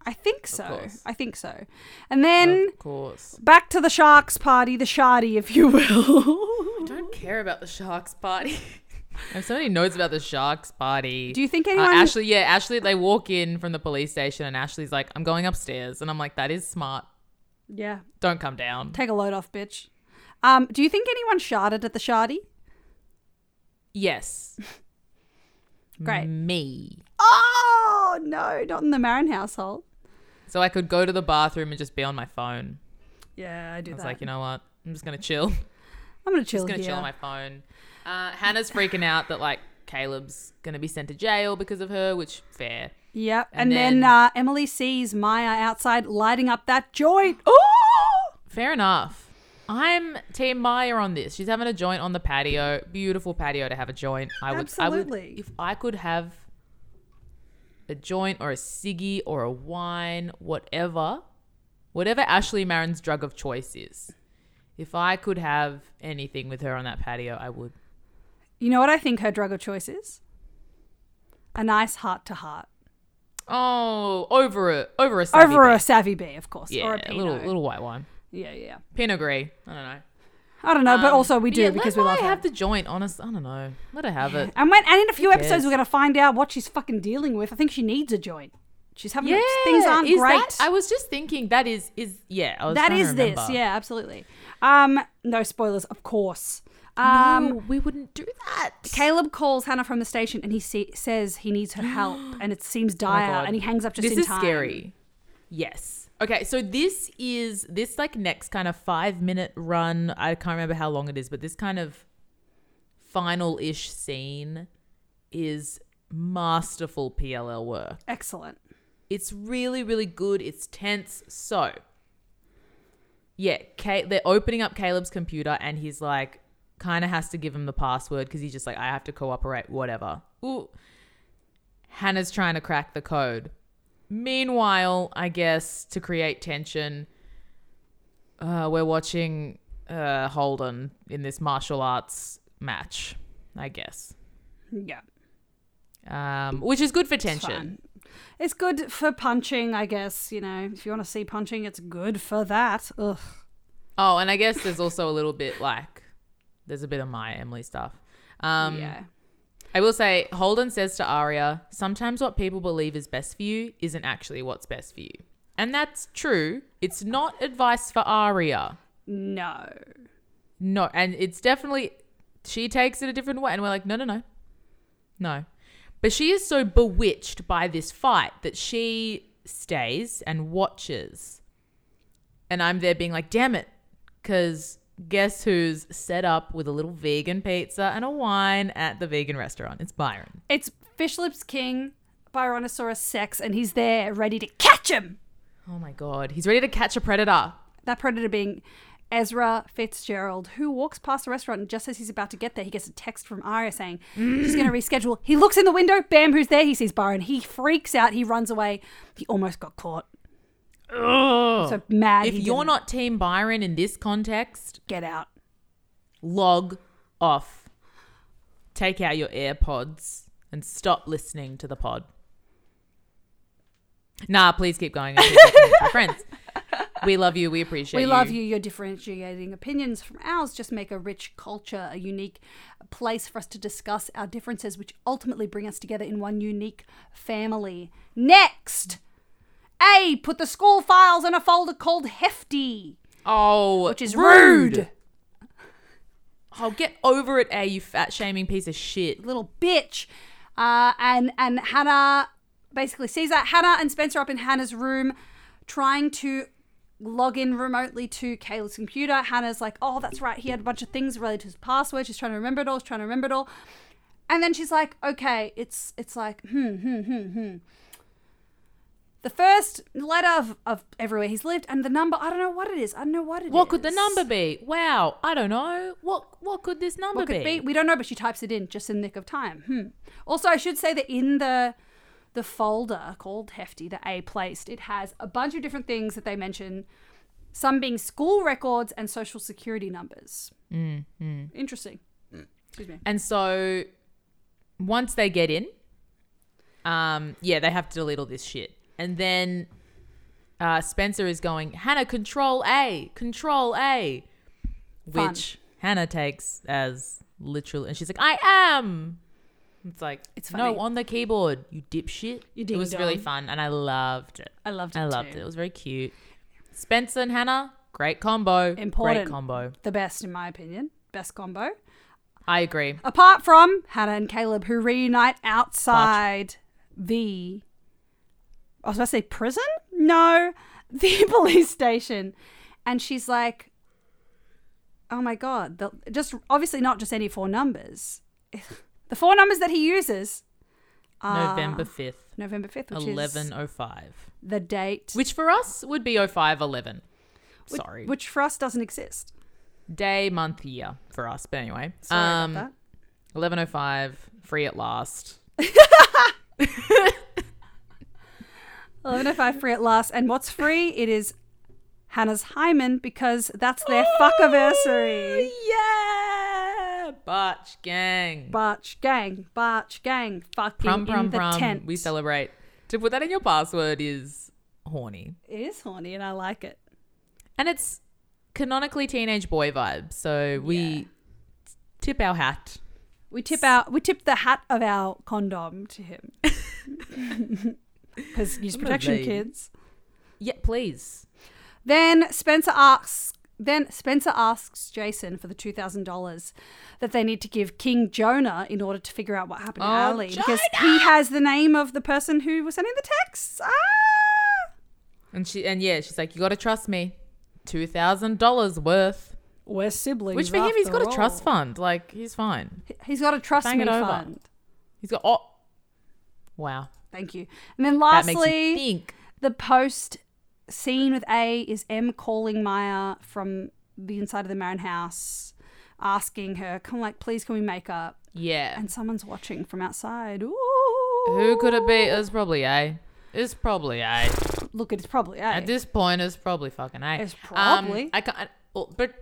A: I think so.
D: course.
A: I think so. And then
D: Of course.
A: back to the sharks party, the shardy, if you will.
D: Don't
B: care about the sharks party.
D: I have so many notes about the sharks party.
A: Do you think
D: Uh,
A: anyone-
D: Ashley, yeah, Ashley. They walk in from the police station, and Ashley's like, "I'm going upstairs," and I'm like, "That is smart.
A: Yeah.
D: Don't come down."
A: Take a load off, bitch. Um, do you think anyone sharded at the shardy?
D: yes.
A: Great.
D: Me.
A: Oh no, not in the Marin household.
D: So I could go to the bathroom and just be on my phone.
A: Yeah, I do
D: I was
A: that.
D: like, you know what? I'm just gonna chill.
A: I'm gonna chill
D: just gonna
A: here.
D: chill on my phone. Uh, Hannah's freaking out that like Caleb's gonna be sent to jail because of her, which fair.
A: Yep. And,
D: And
A: then,
D: then-
A: uh, Emily sees Maya outside lighting up that joint. Oh,
D: Fair enough. I'm Team Maya on this. She's having a joint on the patio. Beautiful patio to have a joint. I would, I
A: Absolutely.
D: would, if I could have a joint or a ciggy or a wine, whatever, whatever Ashley Marin's drug of choice is. If I could have anything with her on that patio, I would.
A: you know what I think her drug of choice is? A nice heart to heart
D: Oh, over a over a savvy
A: over
D: bee.
A: a savvy bee, of course,
D: yeah,
A: or a
D: a
A: pinot.
D: little little white wine.
A: Yeah, yeah.
D: Pinot Gris. I don't know.
A: I don't know, but
D: Um,
A: also we do
D: yeah,
A: because
D: let
A: we love
D: Maya
A: her.
D: have the joint. Honest, I don't know. Let her have it.
A: and when and in a few episodes
D: cares?
A: we're gonna find out what she's fucking dealing with. I think she needs a joint. She's having things aren't
D: is
A: great.
D: that- I was just thinking that is is yeah. I was
A: that
D: trying to
A: is this,
D: remember.
A: yeah, absolutely. Um, no spoilers, of course. Um,
D: No, we wouldn't do that.
A: Caleb calls Hannah from the station and he se- says he needs her help and it seems
D: Oh my
A: dire
D: God.
A: and he hangs up just
D: this
A: in
D: is
A: time.
D: scary. Yes. Okay, so this is this like next kind of five minute run. I can't remember how long it is, but this kind of final ish scene is masterful PLL work.
A: Excellent.
D: It's really, really good. It's tense. So, yeah, Ca they're opening up Caleb's computer, and he's like, kind of has to give him the password because he's just like, I have to cooperate, whatever. Ooh. Hannah's trying to crack the code. Meanwhile, I guess to create tension, uh, we're watching uh, Holden in this martial arts match, I guess,
A: Yeah.
D: um, which is good for
A: It's
D: tension.
A: fine. It's good for punching, I guess. You know, if you want to see punching, it's good for that. Ugh.
D: Oh, and I guess there's also a little bit like there's a bit of my Emily stuff. Um,
A: yeah.
D: I will say Holden says to Aria, sometimes what people believe is best for you isn't actually what's best for you. And that's true. It's not advice for Aria.
A: No.
D: No, and it's definitely she takes it a different way and we're like, "No, no, no." No. But she is so bewitched by this fight that she stays and watches. And I'm there being like, "Damn it." Cuz guess who's set up with a little vegan pizza and a wine at the vegan restaurant? It's Byron.
A: It's Fish Lips King, Byronosaurus Sex, and he's there ready to catch him.
D: Oh my god, he's ready to catch a predator.
A: That predator being Ezra Fitzgerald, who walks past the restaurant and just as he's about to get there, he gets a text from Arya saying she's going to reschedule. He looks in the window, bam, who's there? He sees Byron. He freaks out. He runs away. He almost got caught.
D: Oh.
A: So mad.
D: if
A: he
D: you're
A: didn't
D: not team Byron in this context,
A: get out,
D: log off. Take out your AirPods and stop listening to the pod. Nah, please keep going. I keep listening to my friends, we love you. We appreciate
A: we
D: you.
A: love you. Your differentiating opinions from ours just make a rich culture, a unique place for us to discuss our differences, which ultimately bring us together in one unique family. Next, A, put the school files in a folder called Hefty.
D: Oh,
A: which is rude.
D: Oh, get over it, A, you fat shaming piece of shit.
A: Little bitch. Uh, and and Hannah basically sees that Hannah and Spencer up in Hannah's room, trying to log in remotely to Kayla's computer. Hannah's like, "Oh, that's right. He had a bunch of things related to his password. She's trying to remember it all. She's trying to remember it all." And then she's like, "Okay, it's it's like hmm hmm hmm hmm." The first letter of, of everywhere he's lived and the number, I don't know what it is. I don't know what it is.
D: What could the number be? Wow, I don't know. What what could this number
A: What could be? We don't know, but she types it in just in the nick of time. Hmm. Also, I should say that in the the folder called Hefty that A placed, it has a bunch of different things that they mention, some being school records and social security numbers. Mm, Interesting. Excuse me.
D: And so once they get in, um, yeah, they have to delete all this shit. And then uh, Spencer is going, Hannah, control A, control A.
A: Fun.
D: Which Hannah takes as literal, and she's like, "I am." It's like
A: It's funny.
D: no on the keyboard, you dipshit.
A: You
D: it was really
A: ding-dong.
D: fun, and I loved it.
A: I loved it.
D: I loved
A: too.
D: it. It was very cute. Spencer and Hannah, great combo.
A: Important.
D: Great combo.
A: The best, in my opinion. Best combo.
D: I agree.
A: Apart from Hannah and Caleb, who reunite outside the. I was about to say prison? No, the police station. And she's like, oh my God. The, just obviously not just any four numbers. The four numbers that he uses are
D: November fifth,
A: November 5th, which
D: eleven
A: is
D: oh five,
A: the date.
D: which for us would be 0511.
A: which-
D: Sorry,
A: Which for us doesn't exist.
D: day, month, year for us. But anyway,
A: Sorry
D: um,
A: about that.
D: 1105 free at last
A: 1105 free at last. And what's free? It is Hannah's hymen because that's their fuckiversary.
D: yeah botch gang
A: Barch gang, barch gang, fucking
D: prum
A: in
D: prum
A: the
D: prum
A: tent.
D: we celebrate to put that in your password is horny
A: It is horny and I like it.
D: and it's canonically teenage boy vibe so we tip our hat
A: We tip out. We tip the hat of our condom to him because use protection,
D: Lovely.
A: kids.
D: yeah please
A: Then Spencer asks. Then Spencer asks Jason for the two thousand dollars that they need to give King Jonah in order to figure out what happened to
D: Oh,
A: Ali because he has the name of the person who was sending the texts. Ah!
D: and she and yeah she's like you gotta trust me $2000 worth
A: We're siblings.
D: which for him he's
A: after
D: got a trust
A: all.
D: fund like he's fine
A: He's got a trust
D: Bang
A: me
D: it over.
A: fund.
D: he's got oh wow
A: Thank you. And then
D: that makes you
A: lastly,
D: think
A: the post scene with A is M calling Maya from the inside of the Marin house, asking her, "Come, like, please, can we make up?"
D: yeah
A: And someone's watching from outside. Ooh.
D: Who could it be? It's probably A. It's probably A.
A: Look, it's probably A.
D: At this point, it's probably fucking A.
A: It's probably.
D: Um, I can't. well, But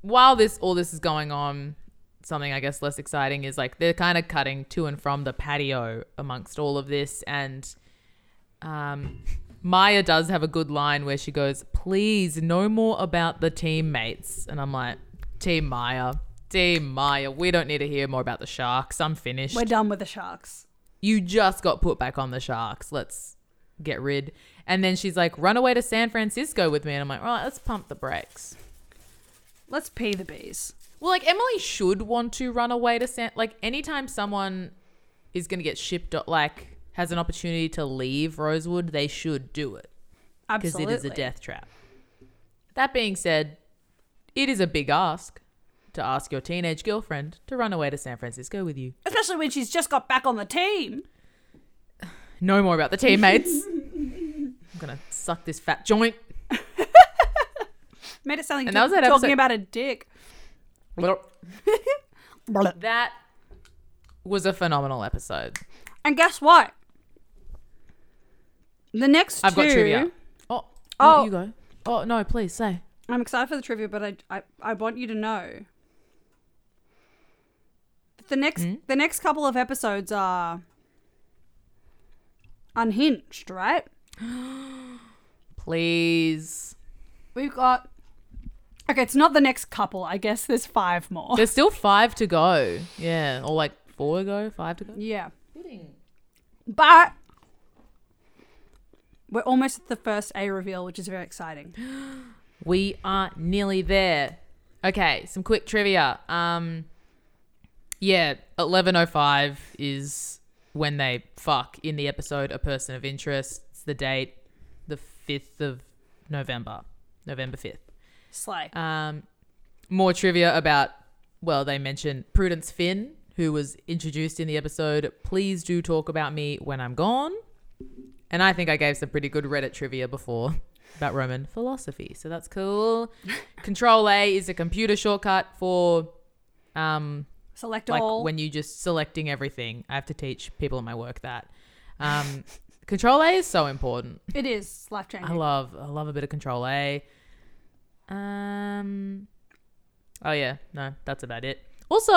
D: while this all this is going on, something I guess less exciting is like they're kind of cutting to and from the patio amongst all of this, and um, Maya does have a good line where she goes, "Please, no more about the teammates," and I'm like, "Team Maya." Team Maya, we don't need to hear more about the sharks. I'm finished
A: We're done with the sharks.
D: you just got put back on the sharks. Let's get rid. And then she's like, run away to San Francisco with me. And I'm like, all right, let's pump the brakes.
A: Let's pee the bees.
D: Well, like Emily should want to run away to San. Like anytime someone is going to get shipped, o- like has an opportunity to leave Rosewood, they should do it because
A: Absolutely.
D: it is a death trap. That being said, it is a big ask to ask your teenage girlfriend to run away to San Francisco with you.
A: Especially when she's just got back on the team.
D: No more about the teammates. I'm gonna suck this fat joint.
A: Made it sound like
D: And
A: you're
D: that was that
A: talking
D: episode-
A: about a dick.
D: that was a phenomenal episode.
A: And guess what? The next
D: I've
A: two.
D: got trivia. Oh,
A: Oh.
D: oh, you go. Oh no, please say.
A: I'm excited for the trivia, but I, I, I want you to know. But the next
D: Hmm?
A: the next couple of episodes are unhinged, right?
D: Please.
A: We've got Okay, it's not the next couple, I guess there's five more.
D: There's still five to go. Yeah, or like four to go, five to go.
A: yeah. But we're almost at the first A reveal, which is very exciting.
D: We are nearly there. Okay, some quick trivia. Um, yeah, eleven oh five is when they fuck in the episode. A person of interest. It's the date, the fifth of November, November fifth.
A: Slay.
D: Um, more trivia about, well, they mentioned Prudence Finn, who was introduced in the episode, Please Do Talk About Me When I'm Gone. And I think I gave some pretty good Reddit trivia before about Roman philosophy. So that's cool. Control A is a computer shortcut for um,
A: Select
D: like
A: all.
D: when you just selecting everything. I have to teach people at my work that. Um, control A is so important.
A: it is life changing.
D: I love I love a bit of control A. Um Oh yeah, no, that's about it. Also,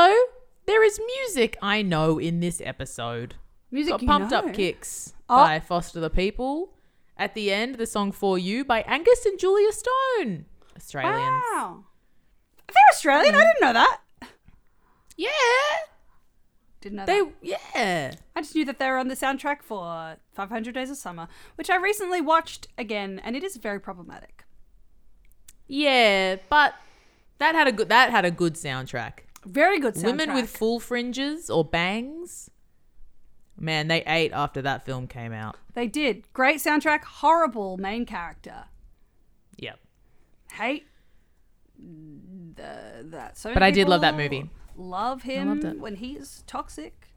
D: there is music I know in this episode.
A: Music
D: Got
A: you
D: pumped
A: know.
D: up kicks
A: Oh.
D: by Foster the People. At the
A: Ah.
D: end, the song For You by Angus and Julia Stone. Australians.
A: Wow. They're Australian.
D: Hmm.
A: I didn't know that.
D: Yeah.
A: Didn't know
D: They
A: that.
D: yeah.
A: I just knew that they were on the soundtrack for 500 Days of Summer, which I recently watched again, and it is very problematic.
D: Yeah, but that had a good that had a good soundtrack.
A: Very good soundtrack.
D: Women with full fringes or bangs. Man, they ate after that film came out.
A: They did. Great soundtrack, horrible main character.
D: Yep.
A: Hate the, that. So
D: But
A: many
D: I did love that
A: people
D: movie.
A: Love
D: loved
A: him
D: it.
A: when he's toxic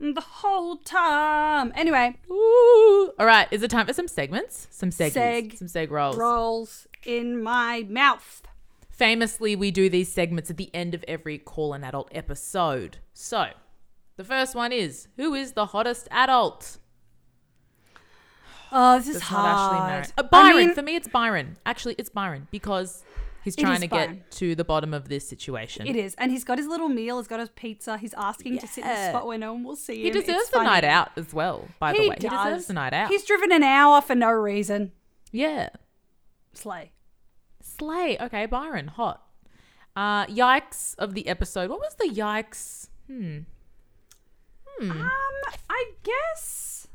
A: the whole time. Anyway,
D: Ooh. All right, is it time for some segments? Some segments.
A: Seg-
D: some seg rolls.
A: rolls in my mouth.
D: Famously, we do these segments at the end of every Call an Adult episode. So, the first one is Who is the hottest adult?
A: Oh, this is
D: It's
A: hard.
D: not Ashley Merritt. Uh,
A: I
D: Byron.
A: mean-
D: For me, it's Byron. Actually, it's Byron because he's
A: It
D: trying
A: is
D: to
A: Byron.
D: get to the bottom of this situation.
A: It is. And he's got his little meal, he's got his pizza, he's asking to sit in a
D: Yeah.
A: spot where no one will see him.
D: He deserves
A: It's
D: the
A: funny.
D: night out as well, by
A: He
D: the way. He
A: does.
D: deserves the night out.
A: He's driven an hour for no reason.
D: yeah.
A: Slay.
D: Slay. Okay, Byron, hot. Uh, yikes of the episode. What was the yikes? Hmm. Hmm.
A: Um, I guess.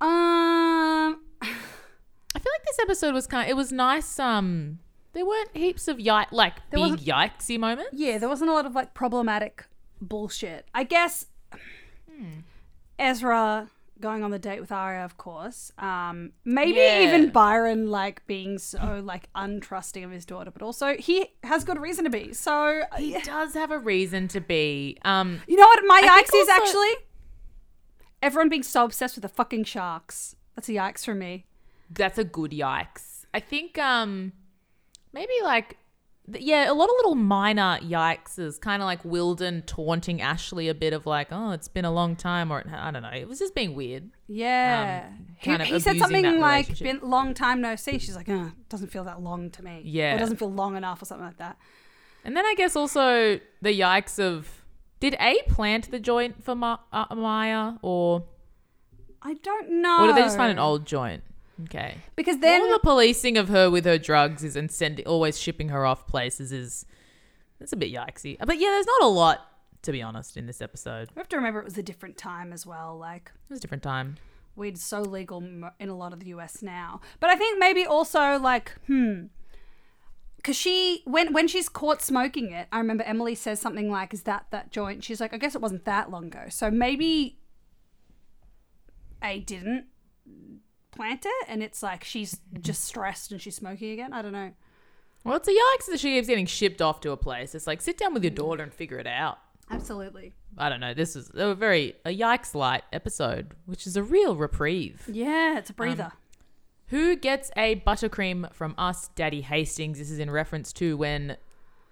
A: Um,
D: I feel like this episode was kind. It was nice. Um, there weren't heaps of yike like
A: There
D: big
A: wasn't-
D: yikesy moments.
A: yeah, there wasn't a lot of like problematic bullshit. I guess
D: Hmm.
A: Ezra going on the date with Arya, of course. Um, maybe
D: Yeah.
A: even Byron like being so like untrusting of his daughter, but also he has good reason to be. So
D: He does have a reason to be. Um,
A: you know what my
D: I
A: yikes is
D: think also-
A: actually? Everyone being so obsessed with the fucking sharks. That's a yikes for me.
D: that's a good yikes. I think. Um, maybe like, th- yeah, a lot of little minor yikes is kind of like Wilden taunting Ashley a bit of like, oh, it's been a long time, or I don't know. It was just being weird.
A: Yeah. he,
D: Um, kind of
A: he said
D: abusing
A: something
D: that
A: like, been
D: relationship.
A: long time no see. She's like, uh, doesn't feel that long to me.
D: Yeah.
A: Or doesn't feel long enough or something like that.
D: And then I guess also the yikes of did A plant the joint for Ma- uh, Maya or
A: I don't know.
D: or did they just find an
A: Oh.
D: old joint? Okay.
A: Because
D: Then
A: then
D: all the policing of her with her drugs is and sending always shipping her off places is that's a bit yikesy. Uh, But yeah, there's not a lot to be honest in this episode. It
A: we have to remember it was a different time as well. Like,
D: was a different time.
A: weed's so legal m- in a lot of the US now. But I think maybe also like, hmm, because she when when she's caught smoking it, I remember Emily says something like, "Is that that joint?" She's like, "I guess it wasn't that long ago." So maybe A didn't plant it, and it's like she's just stressed and she's smoking again. I don't know.
D: Well, it's a yikes that she keeps getting shipped off to a place. It's like sit down with your daughter and figure it out.
A: Absolutely.
D: I don't know. This was a very a yikes light episode, which is a real reprieve.
A: Yeah,
D: Um,
A: it's a breather.
D: Who gets a buttercream from us, Daddy Hastings? This is in reference to when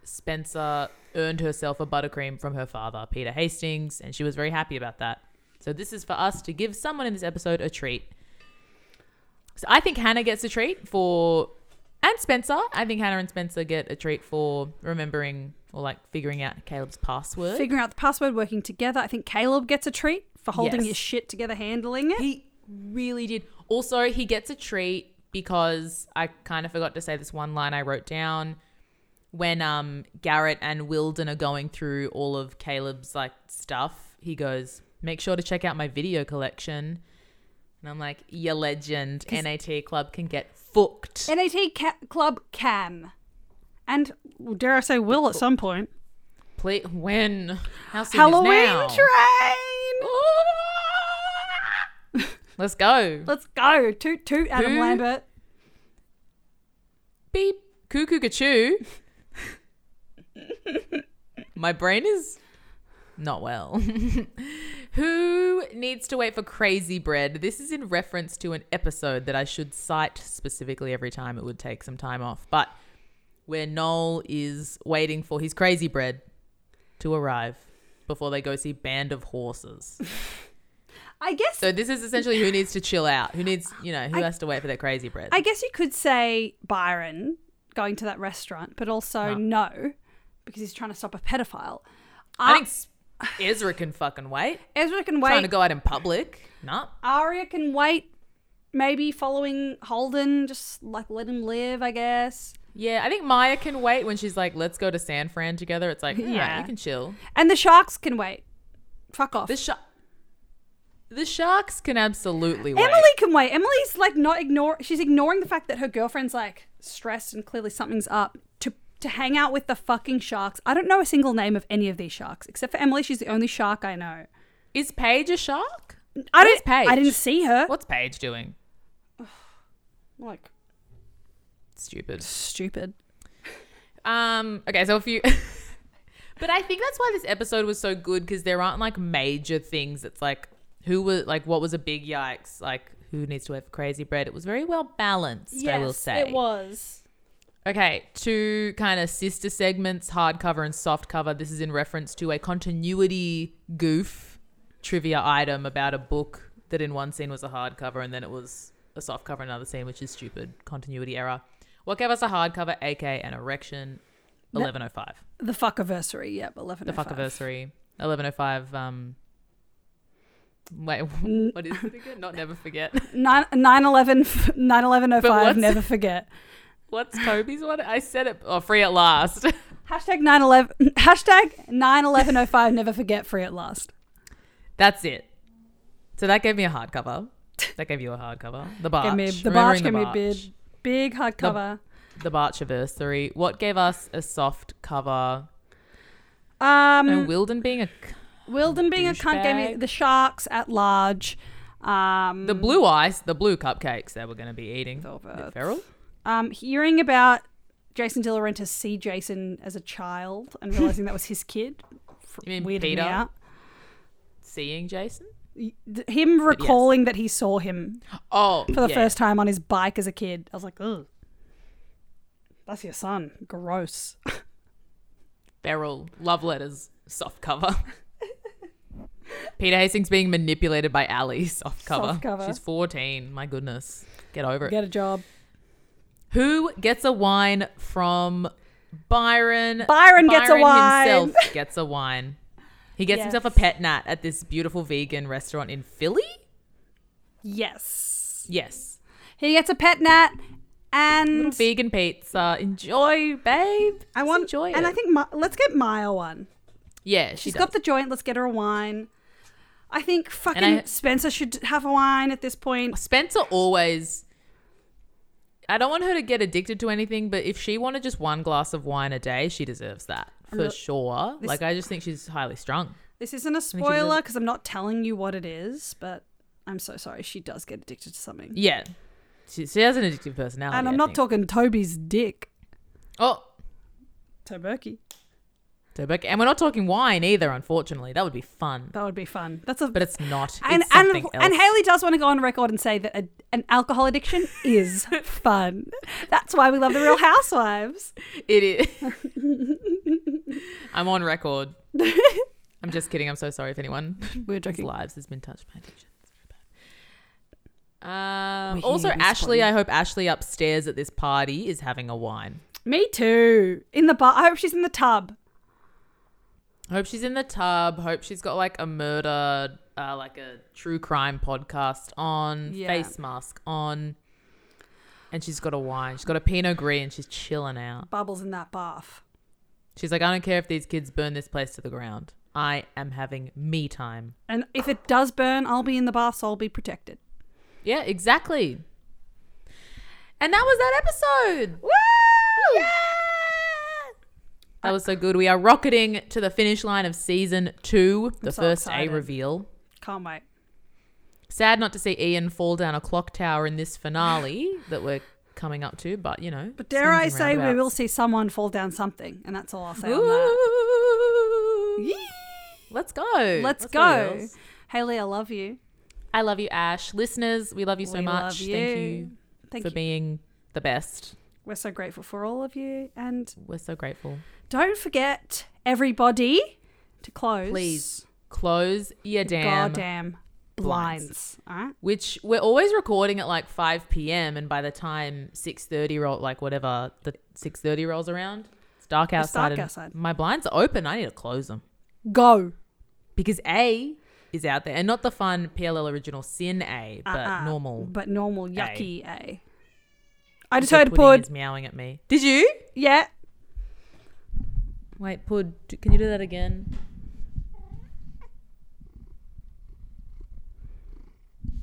D: Spencer earned herself a buttercream from her father, Peter Hastings, and she was very happy about that. So this is for us to give someone in this episode a treat. So I think Hannah gets a treat for and Spencer. I think Hannah and Spencer get a treat for remembering or like figuring out Caleb's password.
A: Figuring out the password, working together. I think Caleb gets a treat for holding
D: Yes.
A: his shit together, handling it.
D: He really did. Also, he gets a treat because I kind of forgot to say this one line I wrote down when um Garrett and Wilden are going through all of Caleb's like stuff. He goes, "Make sure to check out my video collection." And I'm like, "You legend. NAT club can get fucked."
A: NAT ca- Club can. And dare I say, will at some point.
D: Please, when? How soon
A: Halloween
D: is now?
A: train!
D: Let's go.
A: Let's go. Toot toot, Adam
D: Who?
A: Lambert.
D: beep cuckoo cachoo. My brain is not well. Who needs to wait for crazy bread? This is in reference to an episode that I should cite specifically every time. It would take some time off, but where Noel is waiting for his crazy bread to arrive before they go see Band of Horses.
A: I guess
D: So this is essentially who needs to chill out. Who needs, you know, who
A: I-
D: has to wait for their crazy bread?
A: I guess you could say Byron going to that restaurant, but also no, because he's trying to stop a pedophile.
D: I think S- Ezra can fucking wait.
A: Ezra can
D: trying to
A: wait.
D: go out in public. No.
A: Arya can wait. Maybe following Holden, just like let him live, I guess.
D: Yeah, I think Maya can wait when she's like, "Let's go to San Fran together." It's like, yeah,
A: Yeah.
D: you can chill.
A: And the sharks can wait. Fuck off.
D: The shark, the sharks can absolutely wait.
A: Emily can wait. Emily's like not ignore. She's ignoring the fact that her girlfriend's like stressed and clearly something's up. To to hang out with the fucking sharks. I don't know a single name of any of these sharks except for Emily. She's the only shark I know.
D: Is Paige a shark?
A: I
D: Where's
A: didn't.
D: Paige?
A: I didn't see her.
D: What's Paige doing?
A: Like
D: Stupid.
A: stupid.
D: Um. Okay, so if you. But I think that's why this episode was so good because there aren't like major things. It's like who was like what was a big yikes like who needs to have crazy bread. It was very well balanced. I will say
A: it was.
D: Okay, two kind of sister segments, hardcover and softcover. This is in reference to a continuity goof trivia item about a book that in one scene was a hardcover and then it was a softcover in another scene, which is stupid continuity error. What gave us a hardcover, aka an erection? 1105.
A: The fuckiversary. Yep. Eleven.
D: The
A: oh five.
D: fuckiversary. 1105. Um, wait, what is it again? Not never forget.
A: Nine nine eleven f- nine eleven oh
D: But
A: five.
D: what's-
A: Never forget.
D: What's Toby's one? I said it. Oh, free at last.
A: Hashtag nine eleven. Hashtag nine eleven oh five. Never forget. Free at last.
D: That's it. So that gave me a hardcover. That gave you a hardcover. The Barch.
A: Give me the barge.
D: Remembering
A: Give me
D: Barch.
A: big big hardcover.
D: The Barch anniversary. What gave us a soft cover?
A: Um.
D: And Wilden being a c-
A: Wilden being a cunt gave me
D: Douchebag. the
A: the sharks at large. Um,
D: the blue ice, the blue cupcakes they were going to be eating.
A: Velvet.
D: Feral.
A: um, hearing about Jason De Laurentiis see Jason as a child and realizing that was his kid. f-
D: You mean
A: weirded
D: Peter?
A: Me out.
D: Seeing Jason.
A: Y- th- Him recalling that he saw him
D: Oh,
A: for the
D: yeah.
A: first time on his bike as a kid. I was like, ugh. That's your son. Gross.
D: Feral love letters soft cover. Peter Hastings being manipulated by Ali soft cover.
A: Soft cover.
D: She's fourteen. My goodness, get over it.
A: Get a job.
D: Who gets a wine from Byron?
A: Byron gets a wine.
D: Himself gets a wine. He gets himself a
A: Yes.
D: pet nat at this beautiful vegan restaurant in Philly.
A: Yes.
D: Yes,
A: He gets a pet nat and
D: vegan pizza. Enjoy, babe.
A: I want
D: enjoy
A: And
D: it.
A: I think my, let's get Maya one.
D: yeah, she
A: She's
D: does.
A: got the joint. Let's get her a wine. I think fucking
D: I-
A: Spencer should have a wine at this point.
D: Spencer always. I don't want her to get addicted to anything, but if she wanted just one glass of wine a day, she deserves that for
A: real-
D: sure.
A: This-
D: Like I just think she's highly strung.
A: This isn't a
D: she does-
A: spoiler because I'm not telling you what it is, but I'm so sorry. She does get addicted to something.
D: Yeah, she, she has an addictive personality.
A: and I'm
D: I
A: not
D: think.
A: talking Toby's dick.
D: Oh,
A: Toberky.
D: Tobacco. And we're not talking wine either, unfortunately. That would be fun.
A: That would be fun. That's a
D: But it's not.
A: and
D: it's
A: and
D: something else.
A: and Haley does want to go on record and say that a, an alcohol addiction is fun. That's why we love the Real Housewives.
D: It is. I'm on record. I'm just kidding. I'm so sorry if anyone
A: We were
D: whose
A: joking.
D: lives has been touched by addiction. It's very bad. Um,
A: We hear
D: also,
A: you, Miss
D: Ashley,
A: Polly.
D: I hope Ashley upstairs at this party is having a wine.
A: Me too. In the bar. I hope she's in the tub.
D: Hope she's in the tub. Hope she's got like a murder, uh, like a true crime podcast on,
A: Yeah.
D: face mask on, and she's got a wine. She's got a Pinot Gris and she's chilling out.
A: Bubbles in that bath.
D: She's like, I don't care if these kids burn this place to the ground. I am having me time.
A: And if it does burn, I'll be in the bath, so I'll be protected.
D: Yeah, exactly. And that was that episode. Woo! Yeah! That was so good. We are rocketing to the finish line of season two, the
A: so
D: first
A: excited.
D: A reveal.
A: Can't wait.
D: Sad not to see Ian fall down a clock tower in this finale that we're coming up to, but you know.
A: But dare I
D: swings and
A: say, we will
D: roundabouts.
A: see someone fall down something, and that's all I'll say on that.
D: Ooh. Let's go.
A: Let's
D: go,
A: go.
D: girls.
A: Haley, I love you.
D: I love you, Ash. Listeners, we love you so
A: We
D: much.
A: love
D: Thank
A: you.
D: you
A: Thank
D: for
A: you.
D: being the best.
A: We're so grateful for all of you. And
D: We're so grateful.
A: don't forget, everybody, to close.
D: Please close your damn,
A: Goddamn
D: blinds.
A: blinds. All right?
D: which we're always recording at like 5 p.m. and by the time 6:30 roll like whatever the 6:30 rolls around, it's dark
A: It's
D: outside.
A: dark
D: and
A: outside.
D: My blinds are open. I need to close them
A: Go.
D: because A is out there and not the fun PLL original sin A, but
A: Uh-uh.
D: normal.
A: But normal, yucky A. I just
E: The
A: heard
E: pudding
A: Pud.
E: is meowing at me. Did you?
A: Yeah.
E: Wait, Pud, d- can you do that again?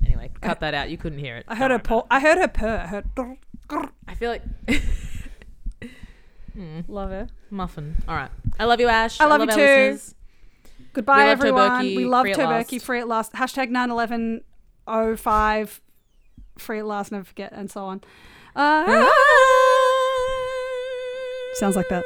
E: Anyway, cut that out. You couldn't hear it.
A: I heard her paw. I heard her purr. I
D: Mm.
A: heard. grr, grr.
E: I feel like
A: Love her.
E: muffin. All right. I love you, Ash.
A: I love you
E: our
A: too.
E: listeners.
A: Goodbye,
E: We love
A: everyone.
E: Toblerky,
A: we love
E: free at
A: Turberky.
E: last.
A: Free at last. Hashtag 91105. Free at last. Never forget. And so on. Uh, sounds like that.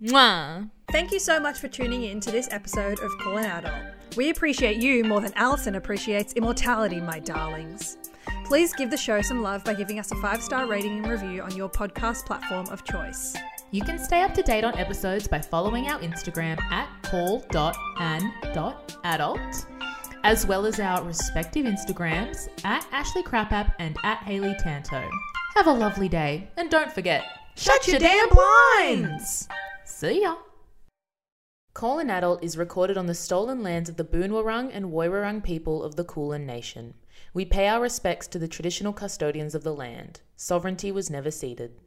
E: Mwah.
C: Thank you so much for tuning in to this episode of Call an Adult. We appreciate you more than Alison appreciates immortality, my darlings. Please give the show some love by giving us a five star rating and review on your podcast platform of choice.
D: You can stay up to date on episodes by following our Instagram at call.an.adult, as well as our respective Instagrams at Ashley Crapapp and at Haley Tanto. Have a lovely day, and don't forget, shut your damn blinds! See ya! Call an Adult is recorded on the stolen lands of the Boonwurrung and Woiwurrung people of the Kulin Nation. We pay our respects to the traditional custodians of the land. Sovereignty was never ceded.